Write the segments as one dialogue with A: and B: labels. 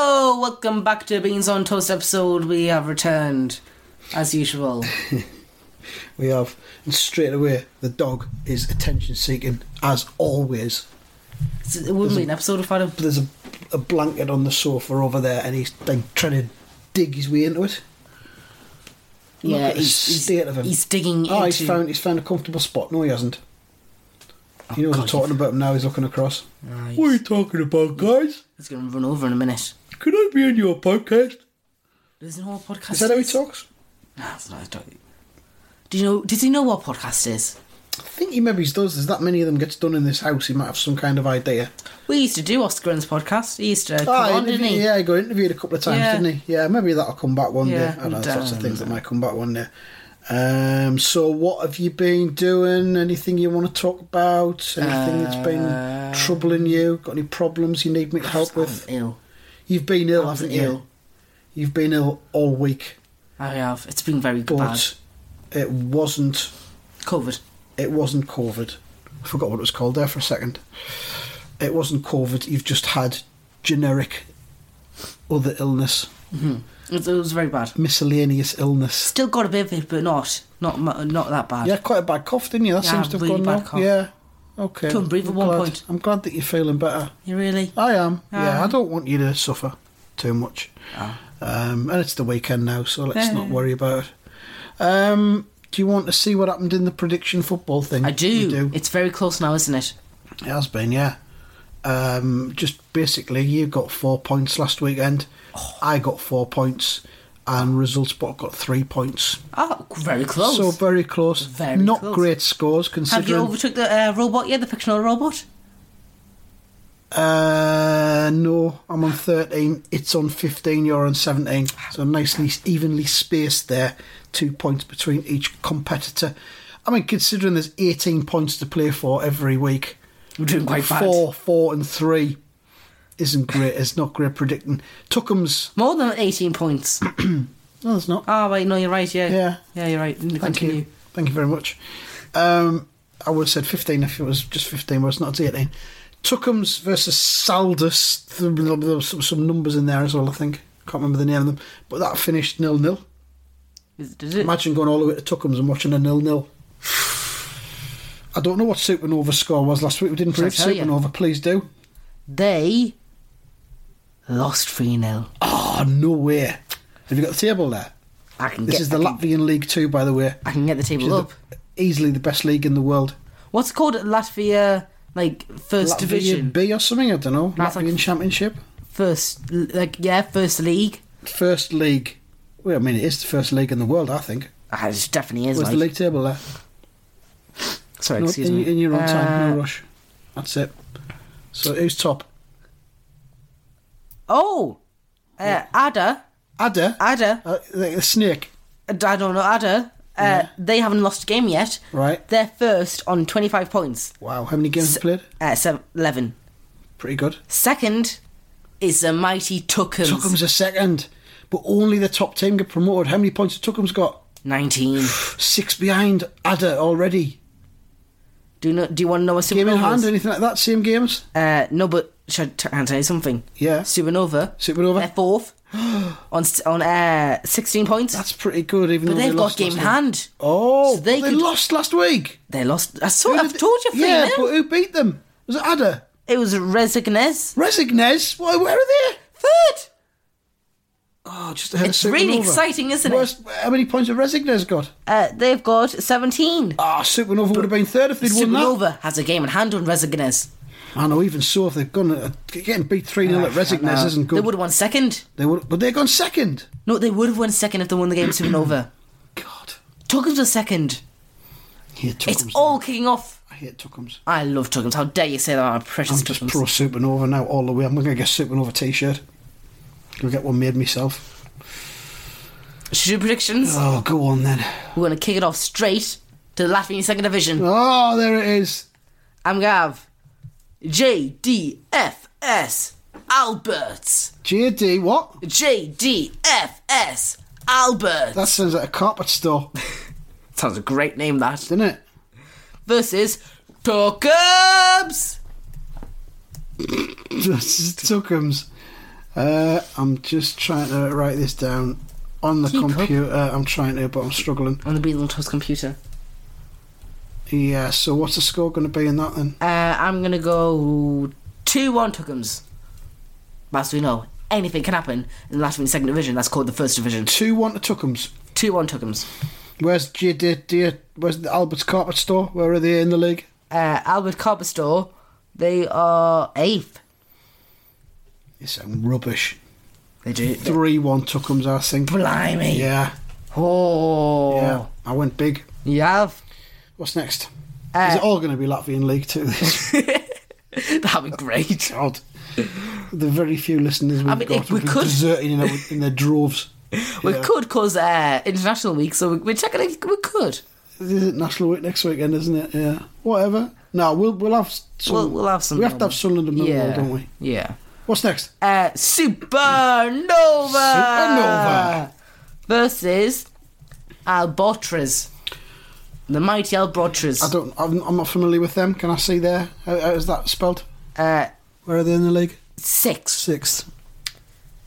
A: welcome back to Beans on Toast episode. We have returned, as usual.
B: We have. And straight away, the dog is attention seeking, as always.
A: It's- It wouldn't be an episode if I'd have.
B: But there's a, a blanket on the sofa over there, and he's like trying to dig his way into it. Look
A: Yeah,
B: at the
A: he's, he's-
B: state of him.
A: he's digging
B: Oh,
A: into.
B: he's found he's found a comfortable spot. No, he hasn't. He knows I'm
A: God,
B: talking about him now. He's looking across.
A: Ah, he's-
B: What are you talking about, guys?
A: He's going to run over in a minute.
B: Can I be on your podcast?
A: There's no whole podcast.
B: Is that how he talks?
A: Nah, that's not how he talk. Do you know? Does he know what podcast is?
B: I think he maybe does. There's that many of them gets done in this house. He might have some kind of idea.
A: We used to do Oscar Grun's podcast. He used to come
B: Ah,
A: on, didn't
B: interview-
A: he?
B: Yeah, he got interviewed a couple of times,
A: Yeah.
B: didn't he? Yeah, maybe that'll come back one
A: Yeah,
B: day. I don't know, there's
A: damn.
B: lots of things that might come back one day. Um, so, what have you been doing? Anything you want to talk about? Anything that's
A: Uh,
B: been troubling you? Got any problems you need me to help
A: I'm
B: with?
A: ill.
B: You've been ill,
A: I was
B: haven't you?
A: ill.
B: You've been ill all week,
A: I have. It's been very
B: but
A: bad.
B: it wasn't.
A: Covered.
B: It wasn't COVID. I forgot what it was called there for a second. It wasn't COVID. You've just had generic other illness.
A: It, it was very bad.
B: miscellaneous illness.
A: Still got a bit of it, but not not mu- not that bad.
B: Yeah, quite a bad cough, didn't you? That
A: Yeah,
B: seems to have
A: really
B: gone
A: bad
B: well.
A: cough.
B: Yeah. Okay.
A: Couldn't breathe at
B: I'm
A: one
B: glad-
A: point.
B: I'm glad that you're feeling better.
A: You really?
B: I am. yeah,
A: Ah.
B: I don't want you to suffer too much.
A: Ah.
B: Um, and it's the weekend now, so let's
A: Yeah.
B: not worry about it. Um, do you want to see what happened in the prediction football thing?
A: I do.
B: Mm, You do.
A: It's very close now, isn't it?
B: It has been, yeah. Um, just basically, you got four points last weekend.
A: Oh.
B: I got four points, and ResultSpot got three points.
A: Oh, very close.
B: So very close.
A: Very
B: Not
A: close.
B: great scores
A: Have you
B: considering.
A: overtook the uh, robot yet? The fictional robot?
B: uh, no, I'm on 13. It's on 15. You're on 17. So nicely, evenly spaced there. Two points between each competitor. I mean, considering there's 18 points to play for every week,
A: We're doing quite bad.
B: four, four, and three isn't great. It's not great predicting. Tuckham's.
A: More than 18 points.
B: No, it's not.
A: oh, wait, no, you're right, yeah.
B: Yeah.
A: Yeah, you're right.
B: Thank
A: Continue.
B: you. Thank you very much. Um, I would have said 15 if it was just 15, but it's not, it's 18. Tuckham's versus Saldus. There were some, some numbers in there as well, I think. Can't remember the name of them. But that finished nil nil.
A: Is- Did it?
B: Imagine going all the way to Tuckham's and watching a nil nil. I don't know what Supernova score was last week. We didn't
A: Shall I
B: predict
A: tell you?
B: Supernova. Please do.
A: They lost 3 0.
B: Oh, no way. Have you got the table there?
A: I can
B: This
A: get
B: is the
A: I can,
B: Latvian League 2, by the way.
A: I can get the table
B: Which
A: up.
B: is the- easily the best league in the world.
A: What's it called Latvia, like, first
B: Latvia
A: division?
B: B or something. I don't know.
A: That's
B: Latvian
A: like-
B: Championship,
A: First, like, yeah, first league.
B: first league. Well, I mean, it is the first league in the world. I think.
A: Ah, it definitely is.
B: Where's
A: like,
B: the league table there?
A: Sorry,
B: No,
A: excuse
B: in,
A: me.
B: in your own time,
A: Uh,
B: no rush. That's it. So who's top?
A: Oh! Uh, Ada.
B: Adder,
A: Ada.
B: uh, the, the snake,
A: I don't know, Ada. Uh, They haven't lost a game yet.
B: right?
A: They're first on 25 points.
B: Wow, how many games have played?
A: Uh, seven, 11.
B: Pretty good.
A: Second is the mighty Tuckums.
B: Tuckham's a second, but only the top team get promoted. How many points has Tuckham's got?
A: 19.
B: Six behind Adder already.
A: Do you, know, do you want to know what
B: Game in hand,
A: Supernova is?
B: anything like that? Same games?
A: Uh, no, but should I t- can I tell you something?
B: Yeah.
A: Supernova.
B: Supernova.
A: They're fourth on s- on uh, 16 points.
B: That's pretty good, even
A: but
B: though they
A: they've got
B: lost
A: game in
B: last week.
A: hand.
B: Oh,
A: So
B: they,
A: they could-
B: lost last week.
A: They lost. I saw,
B: Who
A: I've
B: did-
A: told you,
B: Yeah,
A: Freeman.
B: but who beat them? Was it Adder?
A: It was Resignes.
B: Resignes? Why, where are they?
A: Third!
B: Oh, just ahead
A: It's
B: of
A: really
B: Supernova.
A: exciting, isn't it?
B: Worst- How many points have Resignes got?
A: Uh, they've got 17.
B: Ah, Supernova would have been third if they'd won
A: Supernova has a game in hand on Resignes.
B: that. I know, even so, if they've gone uh, getting beat 3 0 at Resignes isn't
A: Ah, They
B: good.
A: would have won second.
B: They would, but they've gone second.
A: No, they would have won second if they won the game Supernova.
B: God.
A: Tuckums was second.
B: I hate Tuckums.
A: It's all kicking off.
B: I hate Tuckums.
A: I love Tuckums. How dare you say that? I'm precious
B: I'm just
A: Tuckums.
B: pro Supernova now all the way. I'm going to get a Supernova t shirt. Gonna get one made myself.
A: Should we do predictions?
B: Oh, go on then.
A: We're going to kick it off straight to the Latvian second division.
B: Oh, there it is.
A: I'm going to have JDFS Alberts.
B: JD, what?
A: JDFS Alberts.
B: That sounds like a carpet store,
A: Sounds a great name, that.
B: doesn't it?
A: Versus Tuckums.
B: Tuckums. Uh, I'm just trying to write this down on the
A: Keep up.
B: computer. I'm trying to, but I'm struggling.
A: on the Beetle and Toast computer.
B: Yeah. So what's the score going to be in that then?
A: Uh, I'm gonna go two one Tuckums. As we know, anything can happen in the Latvian second division. That's called the first division.
B: Two one to Tuckums.
A: Two one Tuckums.
B: Where's J- D- D- Where's the Albert's Carpet Store? Where are they in the league?
A: Uh, Albert Copper Store. They are eighth.
B: You sound rubbish.
A: They do.
B: Three one Tuckums. I think.
A: Blimey.
B: Yeah.
A: Oh.
B: Yeah. I went big.
A: You have.
B: What's next? Is
A: Uh,
B: it all going to be Latvian League Two? This
A: That'd be great.
B: God. The very few listeners we've
A: mean,
B: got
A: if we
B: will be
A: could-
B: deserting in their, in their droves.
A: We
B: Yeah.
A: could cause uh, international week, so we- we're checking. If we could.
B: This is National Week next weekend, isn't it? Yeah. Whatever. No, we'll we'll have some,
A: We'll- we'll have some
B: We have to have
A: normal.
B: Sunderland and Millwall,
A: Yeah.
B: don't we?
A: Yeah.
B: What's next?
A: Uh, Supernova. Uh,
B: Supernova.
A: versus Albatross. The mighty Albatross.
B: I don't. I'm, I'm not familiar with them. Can I see there? How, how is that spelled?
A: Uh,
B: Where are they in the league?
A: six.
B: Sixth.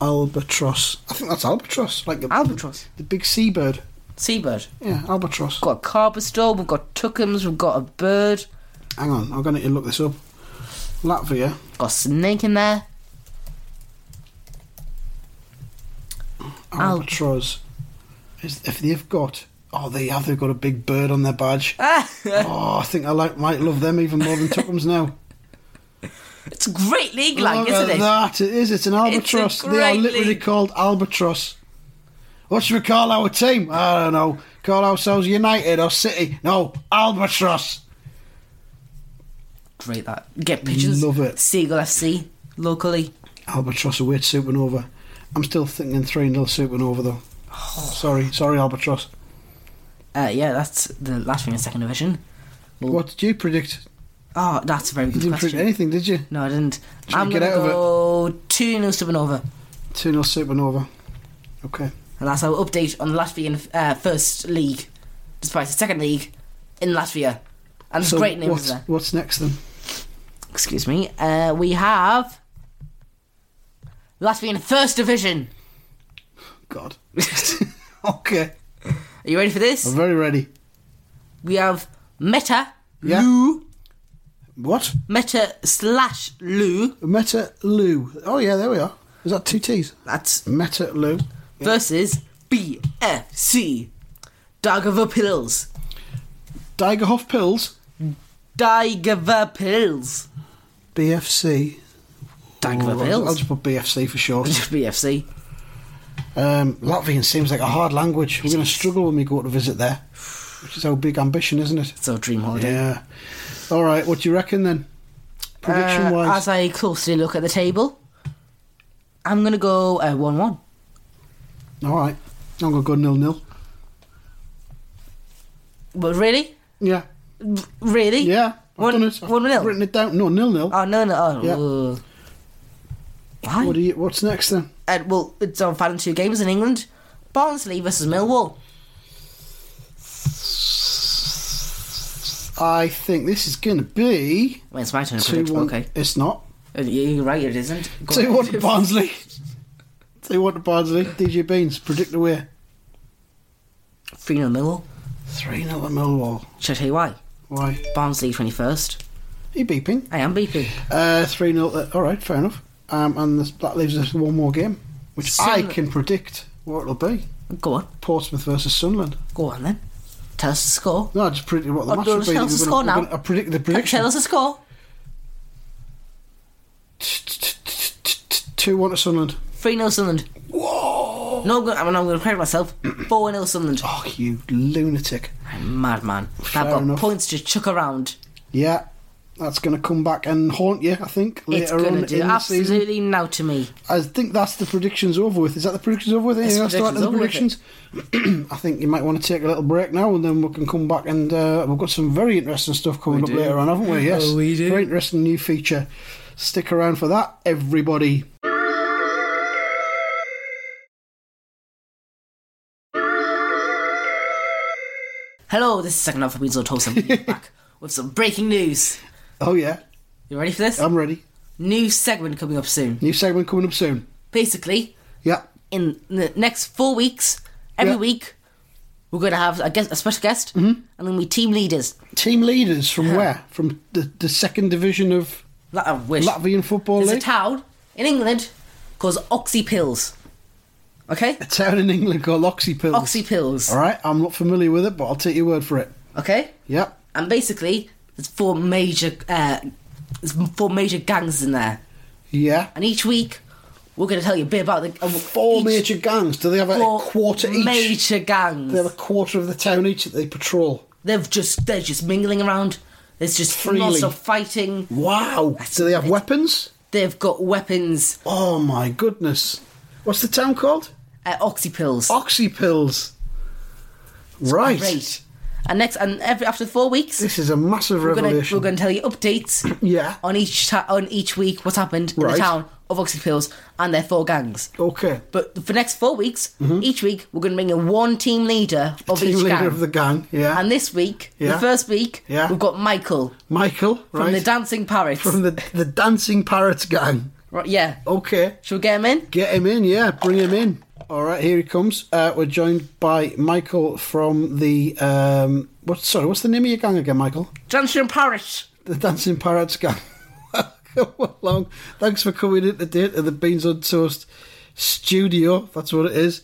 B: Albatross. I think that's albatross, like the
A: Albatross.
B: the big seabird.
A: Seabird.
B: Yeah, albatross.
A: We've got a carpet store, we've got Tuckums, we've got a bird,
B: Hang on, I'm going to look this up. Latvia.
A: got a snake in there. Al-
B: Albatross. Is, if they've got, oh, they have. They've got a big bird on their badge.
A: Ah,
B: oh, I think I like might love them even more than Tuckums now.
A: it's a great league, like,
B: Look
A: isn't
B: at
A: it?
B: That it is. It's an albatross. they are
A: great
B: literally
A: league.
B: called albatross. What should we call our team? I don't know. Call ourselves United or City? No, albatross.
A: Great that. Get pigeons.
B: Love it.
A: Seagull FC, locally.
B: Albatross away to Supernova. I'm still thinking three 0 Supernova though. Sorry, sorry, albatross.
A: Uh, yeah, that's the Latvian second division.
B: What did you predict?
A: Oh, that's a very
B: You
A: good
B: didn't predict
A: question.
B: anything, did you?
A: No, I didn't.
B: Try
A: I'm
B: and get
A: gonna
B: out of it.
A: go two new supernova,
B: Two 0 Supernova. Okay.
A: and that's our update on the Latvian uh, first league, despite the second league in Latvia. And there's great names
B: what's,
A: there.
B: what's next then?
A: Excuse me. Uh, we have Latvian first division.
B: God. okay.
A: Are you ready for
B: I'm
A: this?
B: very ready.
A: We have Meta,
B: Yeah.
A: Lou,
B: What?
A: Meta slash Lou.
B: Meta Lou. Oh yeah, there we are. Is that two T's?
A: That's
B: Meta Lou.
A: versus BFC Dagova Pills.
B: Dagerhoff Pills.
A: Dagova Pills.
B: BFC.
A: Dagova
B: Oh, I'll
A: Pills.
B: just put BFC for short.
A: BFC.
B: Um, Latvian seems like a hard language. We're going to struggle when we go to visit there, which is our big ambition, isn't it?
A: It's our dream holiday.
B: Yeah. All right. What do you reckon then? Prediction
A: Uh,
B: wise,
A: as I closely look at the table, I'm going to go uh, 1 1.
B: all right. I'm going to go nil nil.
A: But really?
B: Yeah.
A: R- Really?
B: Yeah. I've
A: One-
B: done it. I've
A: one nil?
B: Written it down. No nil nil.
A: Oh, no, no. Oh,
B: Yeah.
A: uh, why?
B: What do you? What's next then?
A: Uh, well, it's on final two games in England Barnsley versus Millwall.
B: I think this is going to be
A: Well, it's my turn to
B: two
A: predict, but
B: one.
A: okay.
B: It's not
A: Uh, you- You're right, it isn't. Go
B: two
A: on.
B: one to Barnsley. two one to Barnsley. DJ Beans predict the way.
A: 3 0 Millwall.
B: Three 0 to Millwall.
A: Should I tell you why?
B: Why?
A: Barnsley 21st.
B: He beeping.
A: I am BP.
B: Uh, three 0 All right, fair enough. Um, and this, that leaves us with one more game, which I
A: Sunderland.
B: can predict what it'll be:
A: Go on.
B: Portsmouth versus Sunderland.
A: Go on then. Tell us the score.
B: No, I just predicted what the
A: Oh,
B: match
A: don't
B: would be.
A: tell us
B: We're
A: the
B: gonna-
A: score
B: we're
A: now.
B: gonna- I predict the
A: Tell
B: prediction.
A: us the score.
B: Two one to Sunderland.
A: 3 0 Sunderland.
B: Whoa!
A: No, I'm gonna- I'm not going to credit myself. 4 0 Sunderland.
B: Oh, you lunatic!
A: I'm mad, man.
B: Fair
A: I've got
B: enough.
A: points to chuck around.
B: Yeah, that's going to come back and haunt you, I think, later
A: it's
B: on
A: going
B: in
A: to do
B: the season.
A: absolutely now to me.
B: I think that's the predictions over with. Is that the predictions over with? Anything else to add to the
A: prediction's
B: predictions? I think you might want to take a little break now and then we can come back and uh, we've got some very interesting stuff coming up
A: do.
B: later on, haven't we? Yes.
A: Oh, we do.
B: Very interesting new feature. Stick around for that, everybody.
A: Hello, this is second half of Weasel Toast and we're back with some breaking news.
B: Oh, yeah,
A: You ready for this?
B: I'm ready.
A: New segment coming up soon.
B: New segment coming up soon.
A: basically,
B: Yeah.
A: in the next four weeks, every
B: Yeah.
A: week, we're going to have a, guest, a special guest,
B: Mm-hmm.
A: and then we team leaders.
B: Team leaders from where? From the, the second division of
A: That I wish.
B: Latvian Football
A: There's a
B: League?
A: town in England called Oxy Pills. Okay?
B: a town in England called Oxy Pills.
A: Oxy Pills.
B: All right, I'm not familiar with it, but I'll take your word for it.
A: Okay?
B: Yep.
A: And basically, there's four major, uh, there's four major gangs in there.
B: Yeah.
A: And each week, we're going to tell you a bit about the. uh,
B: Four
A: each
B: major gangs. Do they have a
A: four
B: quarter each?
A: Major gangs.
B: They have a quarter of the town each that they patrol.
A: They've just they're just mingling around. There's just
B: Freely.
A: non-stop fighting.
B: Wow. Do they have weapons?
A: They've got weapons,
B: Oh my goodness. What's the town called?
A: uh, oxy pills.
B: Oxy Pills. Right.
A: Great. And next, and every after four weeks,
B: This is a massive
A: we're gonna
B: revelation.
A: we're gonna tell you updates.
B: Yeah.
A: On each ta- on each week, what's happened in
B: Right.
A: the town of oxy pills and their four gangs.
B: Okay.
A: But for the next four weeks, each week we're gonna bring in one team leader of
B: Mm-hmm. Team
A: each
B: leader
A: gang.
B: of the gang. Yeah.
A: and this week,
B: Yeah.
A: the first week,
B: Yeah.
A: we've got Michael
B: Michael.
A: from
B: Right.
A: the Dancing Parrots.
B: From the the dancing parrots gang.
A: right, yeah.
B: Okay.
A: Shall we get him in?
B: Get him in, yeah. Bring him in. All right, here he comes. Uh, we're joined by Michael from the um, what? Sorry, what's the name of your gang again, Michael?
A: Dancing Parrots.
B: The Dancing Parrots gang. Welcome along. Thanks for coming in today to the Beans on Toast studio. That's what it is.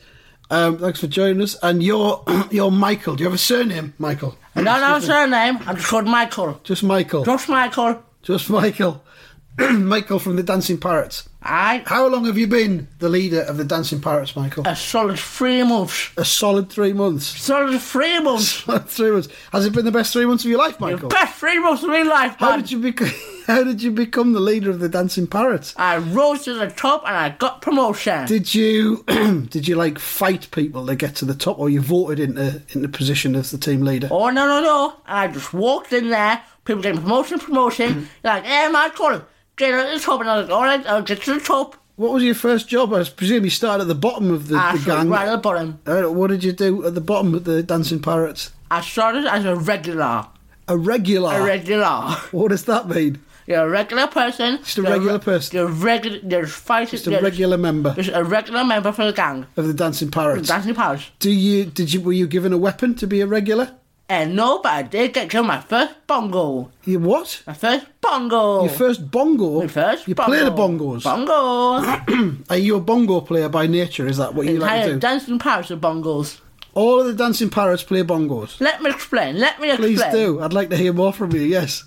B: Um, thanks for joining us. And you're you're Michael. Do you have a surname, Michael?
A: No, no surname. I'm just called Michael.
B: Just Michael.
A: Just Michael.
B: Just Michael. Michael from the Dancing Parrots.
A: I
B: How long have you been the leader of the Dancing Parrots, Michael?
A: a solid three months.
B: A solid three months.
A: Solid three months.
B: three months. Has it been the best three months of your life, Michael?
A: Best three months of my life,
B: How
A: man.
B: did you become? How did you become the leader of the Dancing Parrots?
A: I rose to the top and I got promotion.
B: Did you did you like fight people to get to the top, or you voted into into position as the team leader?
A: oh no no no! I just walked in there. People getting promotion, promotion.
B: Mm-hmm.
A: You're like, hey Michael, get to the top, and I was like, all right, I'll get to the top.
B: What was your first job? I presume you started at the bottom of the,
A: I
B: the
A: started
B: gang.
A: Ah, right at the bottom.
B: Uh, What did you do at the bottom of the Dancing Parrots?
A: I started as a regular,
B: A regular.
A: a regular.
B: what does that mean?
A: You're a regular person.
B: Just a regular person.
A: You're regular. You're fighting.
B: Just a regular member
A: Just a regular member for the gang.
B: of the Dancing Parrots.
A: Dancing Pals.
B: Do you did you were you given a weapon to be a regular?
A: And nobody did get to my first bongo.
B: You what?
A: My first bongo.
B: Your first bongo.
A: my first
B: you
A: bongo.
B: play the bongos.
A: Bongo.
B: Are you a bongo player by nature? Is that what you like to
A: Entire
B: do?
A: dancing parrots of bongos.
B: All of the dancing parrots play bongos.
A: Let me explain. Let me explain.
B: Please do. I'd like to hear more from you. Yes.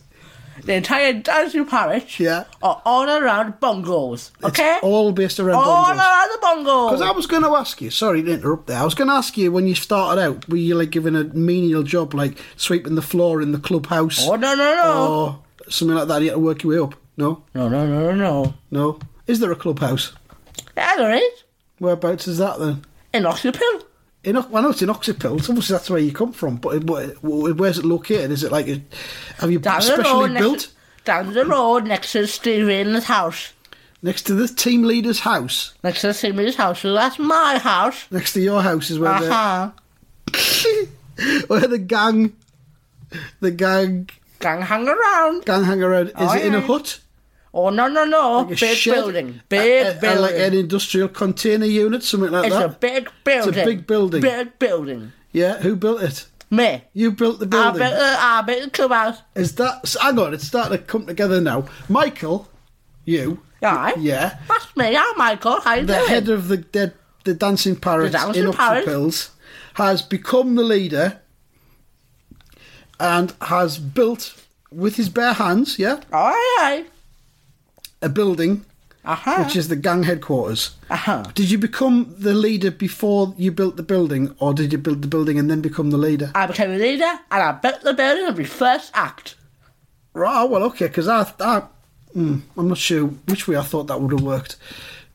A: The entire dancing parrots
B: Yeah.
A: are all around bongos. Okay?
B: It's all based around
A: All
B: bongos.
A: around the bongo.
B: Because I was going to ask you, sorry to interrupt there. I was going to ask you when you started out, were you like given a menial job, like sweeping the floor in the clubhouse
A: Oh no no no.
B: or something like that? You had to work your way up. No,
A: No no no no no.
B: no. Is there a clubhouse?
A: Yeah, there is.
B: Whereabouts is that then?
A: In Oxypill.
B: In, O- I know it's in Oxipil. so Obviously, that's where you come from. But it- what- where's it located? Is it like a, have you
A: Down the
B: specially
A: road
B: built?
A: next down the road next to Stephen's house.
B: Next to the team leader's house,
A: Next to Stephen's house. So that's my house.
B: next to your house is where
A: Uh
B: the
A: huh.
B: where the gang, the gang
A: Gang hang around.
B: gang hang around. Is
A: Oh,
B: it in a
A: yeah.
B: hut?
A: Oh no no no!
B: A
A: big
B: shed?
A: building,
B: A-
A: big
B: a- a-
A: building.
B: like an industrial container unit, something like
A: it's
B: that.
A: a big building.
B: big building.
A: Big building.
B: yeah, who built it?
A: Me.
B: You built the
A: I
B: building.
A: bet. Uh, I bet the clubhouse.
B: Is that? so Hang on, it's starting to come together now. Michael, you,
A: Aye.
B: yeah,
A: That's me. I'm Michael. How you
B: the
A: doing?
B: head of the the, the dancing parrots
A: The dancing
B: in
A: parrot.
B: Oxford has become the leader and has built with his bare hands, yeah,
A: Aye aye.
B: a building
A: Uh huh.
B: which is the gang headquarters.
A: Uh huh.
B: Did you become the leader before you built the building, or did you build the building and then become the leader?
A: I became a leader, and I built the building of my first act.
B: Right, well, okay, because I, I mm, I'm not sure which way I thought that would have worked.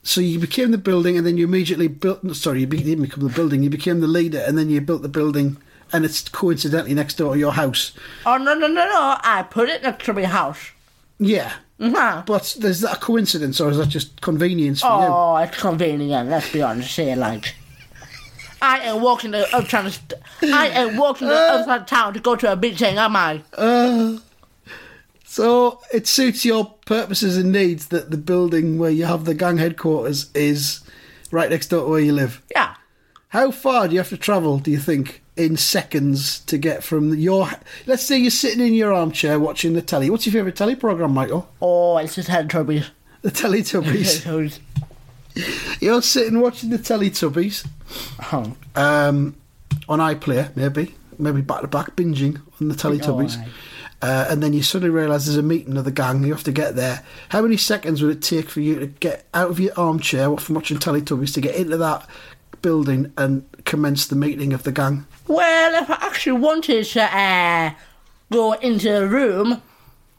B: So you became the building, and then you immediately built. no, Sorry, you be- didn't become the building. You became the leader, and then you built the building, and it's coincidentally next door to your house.
A: Oh no no no no! I put it next to my house.
B: Yeah,
A: Uh-huh.
B: but is that a coincidence, or is that just convenience for you?
A: Oh, it's convenient. Let's be honest here, like. I ain't walking to uptown. I ain't walking to uptown town to go to a meeting, am I?
B: Uh, So it suits your purposes and needs that the building where you have the gang headquarters is right next door to where you live.
A: Yeah.
B: How far do you have to travel, do you think, in seconds to get from your. Let's say you're sitting in your armchair watching the telly. What's your favourite telly programme, Michael?
A: Oh, it's just head troubles.
B: The Teletubbies.
A: oh.
B: you're sitting watching the Teletubbies um, on iPlayer, maybe, maybe back to back, binging on the Teletubbies.
A: Oh, aye.
B: Uh, and then you suddenly realise there's a meeting of the gang, you have to get there. How many seconds would it take for you to get out of your armchair from watching Teletubbies to get into that building and commence the meeting of the gang?
A: Well, if I actually wanted to uh, go into the room,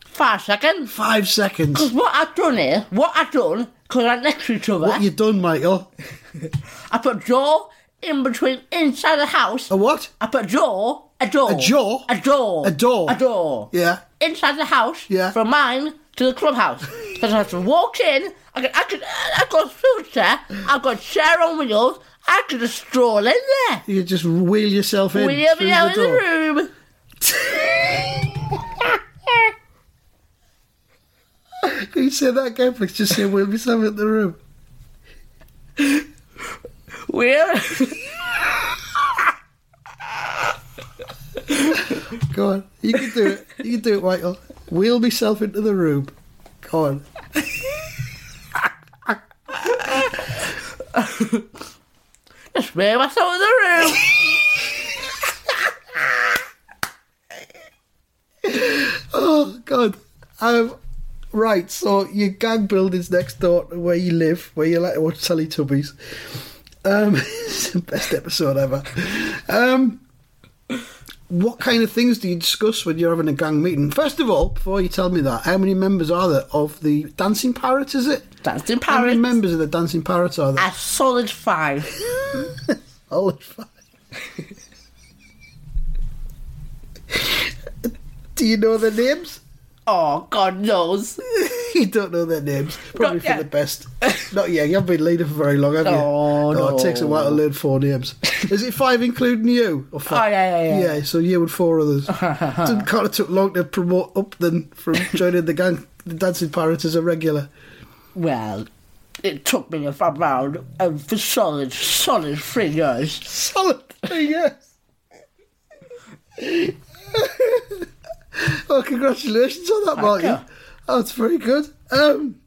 A: five seconds.
B: Five seconds.
A: Because what I've done is, what I've done, because I'm next to each other,
B: What you done, Oh, Michael?
A: I put door in between inside the house.
B: A what?
A: I put door, a door.
B: A jaw?
A: A door.
B: A door?
A: A door.
B: Yeah.
A: Inside the house.
B: Yeah.
A: From mine to the clubhouse. so I have to walk in. I can, I can, I've got a filter. I've got a chair on wheels. I can just stroll in there.
B: You just wheel yourself in.
A: We'll
B: through
A: be out
B: the
A: in
B: door.
A: the room.
B: Can you say that again, please? Just say wheel yourself in the room.
A: We'll.
B: Go on. You can do it. You can do it, Michael. Wheel myself into the room. Go on.
A: Just wear myself in the room.
B: Oh God. Um, right. So your gang building's next door to where you live, where you like to watch Teletubbies. Um, it's the best episode ever. Um, what kind of things do you discuss when you're having a gang meeting? First of all, before you tell me that, how many members are there of the Dancing Parrots? Is it?
A: Dancing
B: How many
A: parrot.
B: members of the Dancing Parrots are there?
A: A solid five.
B: Holy fuck. Do you know their names?
A: Oh, God knows.
B: you don't know their names. Probably
A: Not
B: for
A: yet.
B: the best. Not yet. You haven't been leader for very long, have you?
A: No,
B: Oh, It takes a
A: no.
B: while to learn four names. Is it five including you? Or five?
A: Oh, yeah, yeah, yeah.
B: Yeah, so you and four others. Didn't kind of took long to promote up then from joining the gang, the Dancing Pirates as a regular.
A: Well, it took me around um, for solid, solid three years.
B: Solid three years. well, congratulations on that, Martin.
A: you.
B: That's very good. Um,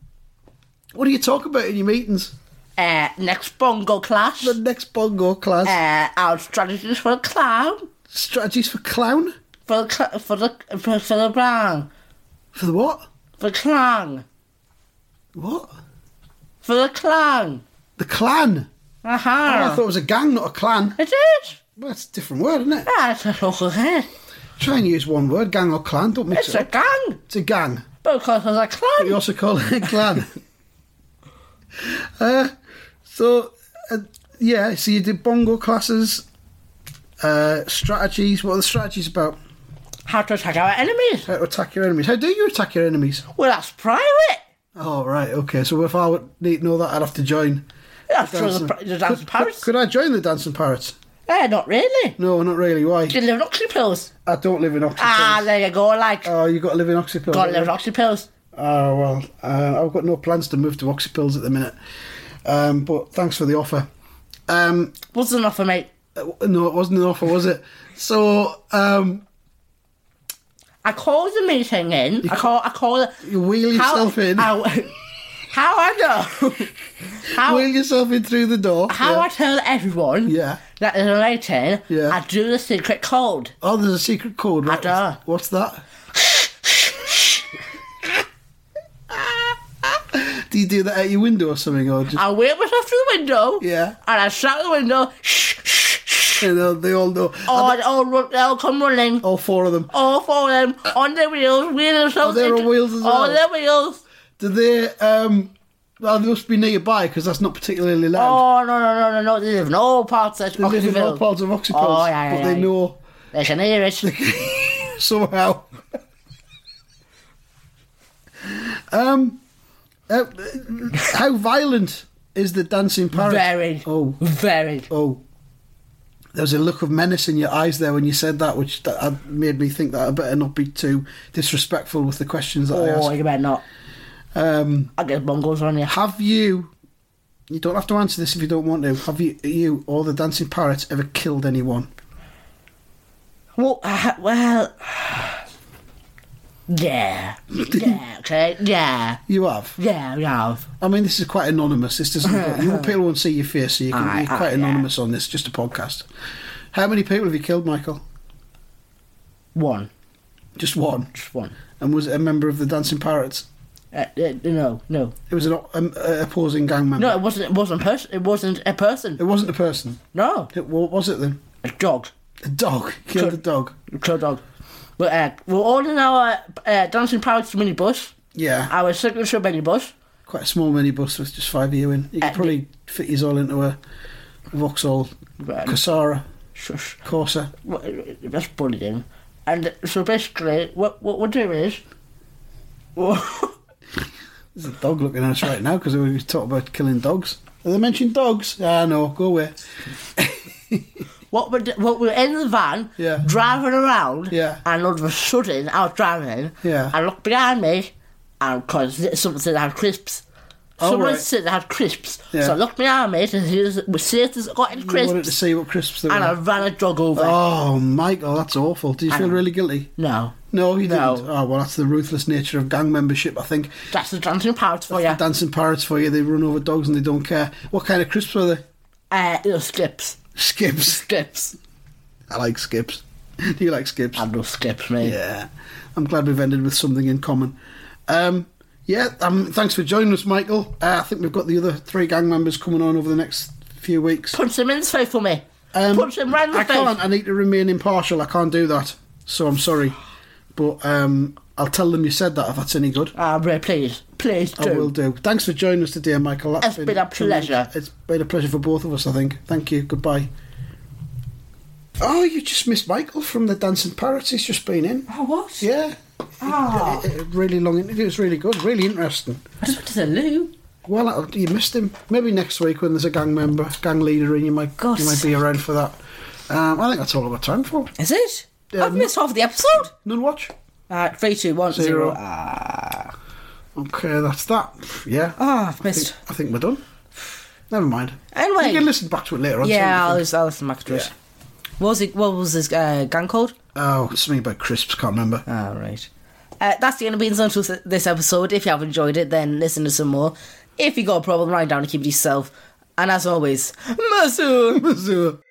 B: what do you talk about in your meetings?
A: Uh, next bongo class,
B: The next bongo class
A: uh, our strategies for the clown,
B: strategies for clown
A: for the, cl- for the, for, for the bang,
B: for the what?
A: for the clang,
B: What?
A: for the clang.
B: The clan.
A: Aha.
B: I thought it was a gang, not a clan.
A: it is.
B: Well, that's a different word, isn't it?
A: That's a local head.
B: Try and use one word, gang or clan. Don't mix
A: It's
B: it
A: a
B: up.
A: gang,
B: It's a gang.
A: because of the
B: But you
A: clan.
B: also call it a clan. uh, so, uh, yeah, so you did bongo classes, uh, strategies. What are the strategies about?
A: How to attack our enemies.
B: How to attack your enemies. How do you attack your enemies?
A: Well, that's private.
B: Oh, right, okay. So if I would need to know that, I'd have to join.
A: That's for the,
B: Dancing-
A: pri- the dancing
B: Could-
A: parrots.
B: Could, could I join the Dancing Parrots?
A: Eh, not really.
B: No, not really. Why?
A: You live in Oxypills.
B: I don't live in Oxford.
A: Ah, there you go, like.
B: Oh, you got to live in Oxford.
A: Got to live in Oxypills.
B: Oh well, uh, I've got no plans to move to Oxypills at the minute. Um, but thanks for the offer. Um,
A: Wasn't enough for me.
B: uh, no, it wasn't an offer, was it? So um,
A: I called the meeting in. I call. I call it.
B: you wheel yourself in,
A: How, how I know? How
B: wheel yourself in through the door.
A: how
B: yeah.
A: I tell everyone
B: Yeah.
A: that there's a meeting?
B: Yeah.
A: I do the secret code.
B: Oh, there's a secret code. Right?
A: dunno.
B: What's that? do you do that out your window or something, or just
A: I wave myself through the window.
B: Yeah.
A: And I shout out the window. Shh, shh, shh.
B: you know, they all know?
A: Oh, they all run, they all come running.
B: All four of them.
A: All four of them on their wheels, wheeling themselves.
B: Oh, they're on
A: into-
B: wheels as
A: On
B: well.
A: their wheels.
B: Do they? Um, well, they must be nearby because that's not particularly loud.
A: Oh no no no no no! They live in all parts of
B: they live in all
A: Oxyville.
B: parts of Oxypills,
A: Oh, yeah, yeah,
B: but they
A: yeah.
B: know
A: They can hear it.
B: somehow. um, uh, how violent is the dancing parrot?
A: Very.
B: Oh,
A: Very.
B: oh. There was a look of menace in your eyes there when you said that, which that uh, made me think that I better not be too disrespectful with the questions that I asked.
A: Oh, you better not. Um, I get bongos on you.
B: Have you? You don't have to answer this if you don't want to. Have you, you or the dancing parrots, ever killed anyone?
A: Well, uh, well, yeah, yeah, okay, yeah,
B: You have.
A: yeah, yeah.
B: I mean, this is quite anonymous. This doesn't. go- you people won't see your face, so you can,
A: Aye,
B: you're
A: aye,
B: quite
A: yeah.
B: anonymous on this. Just a podcast. How many people have you killed, Michael?
A: One,
B: Just one.
A: just one.
B: And was it a member of the Dancing Pirates?
A: Uh, uh, no, no,
B: It was an o- um, uh, opposing gang member.
A: no. It wasn't. It wasn't. Pers- it wasn't a person.
B: It wasn't a person.
A: No,
B: It, what was it then?
A: a dog.
B: A dog. Killed a dog.
A: Crow dog. But uh, we're all in our uh, dancing parrots minibus.
B: Yeah.
A: Our signature minibus.
B: Quite a small minibus with just five of you in. You could
A: Uh,
B: probably fit yours all into a Vauxhall
A: Right.
B: Cassara
A: Shush.
B: Corsa.
A: Wha- That's bullying. And so basically, what what we do is.
B: There's a dog looking at us right now because we were talking about killing dogs. Have they mentioned dogs? Ah, no, go away.
A: What we do- what we're in the van,
B: Yeah.
A: driving around,
B: Yeah.
A: and all of a sudden I was driving,
B: Yeah.
A: I looked behind me, and because something had crisps,
B: Oh,
A: someone
B: right.
A: said they had crisps,
B: Yeah.
A: so I looked behind me to see if we see if there's got any
B: I wanted to
A: crisps,
B: see what crisps there
A: and I
B: were.
A: ran a dog over.
B: Oh, Michael, that's awful. Do you feel
A: know.
B: really guilty?
A: No,
B: No, you
A: No.
B: didn't. Oh, well, that's the ruthless nature of gang membership, I think.
A: that's the dancing part for you.
B: The dancing parrots for you, they run over dogs and they don't care. What kind of crisps were they?
A: Uh, it was skips,
B: Skips.
A: skips.
B: I like skips. Do you like skips?
A: I love skips, mate.
B: Yeah, I'm glad we've ended with something in common. Um, yeah, um, thanks for joining us, Michael. Uh, I think we've got the other three gang members coming on over the next few weeks.
A: Punch him in the face for me.
B: Um,
A: Punch him round the
B: I
A: face.
B: can't. I need to remain impartial. I can't do that, so I'm sorry. But um, I'll tell them you said that if that's any good.
A: Ah, Ray, please, please do.
B: I will do. Thanks for joining us today, Michael. That's
A: It's been a pleasure.
B: It's been a pleasure for both of us, I think. Thank you. Goodbye. Oh, you just missed Michael from the Dancing Parrots. He's just been in.
A: Oh, what?
B: Yeah.
A: Ah.
B: A- a really long interview. It's really good, really interesting.
A: I just went to the loo.
B: Well, I- you missed him. Maybe next week when there's a gang member, gang leader, and you might
A: God's
B: you might be
A: sake.
B: around for that. Um, I think that's all I've got time for.
A: Is it? I've
B: Um,
A: missed half the episode.
B: None watch.
A: Uh, three, two, one,
B: Zero.
A: zero. Ah,
B: Okay, that's that. Yeah,
A: ah, I've
B: I, think,
A: missed.
B: I think we're done. Never mind.
A: Anyway.
B: you can listen back to it later. on. see what you
A: yeah, I'll
B: think.
A: listen, I'll listen back to it.
B: Yeah.
A: What was it? What was this uh, gang called?
B: Oh, something about crisps. Can't remember.
A: Ah, right. Uh, that's the end of being social s- this episode. If you have enjoyed it, then listen to some more. If you got a problem, write it down and keep it to yourself. And as always, Masoon.
B: Mazur.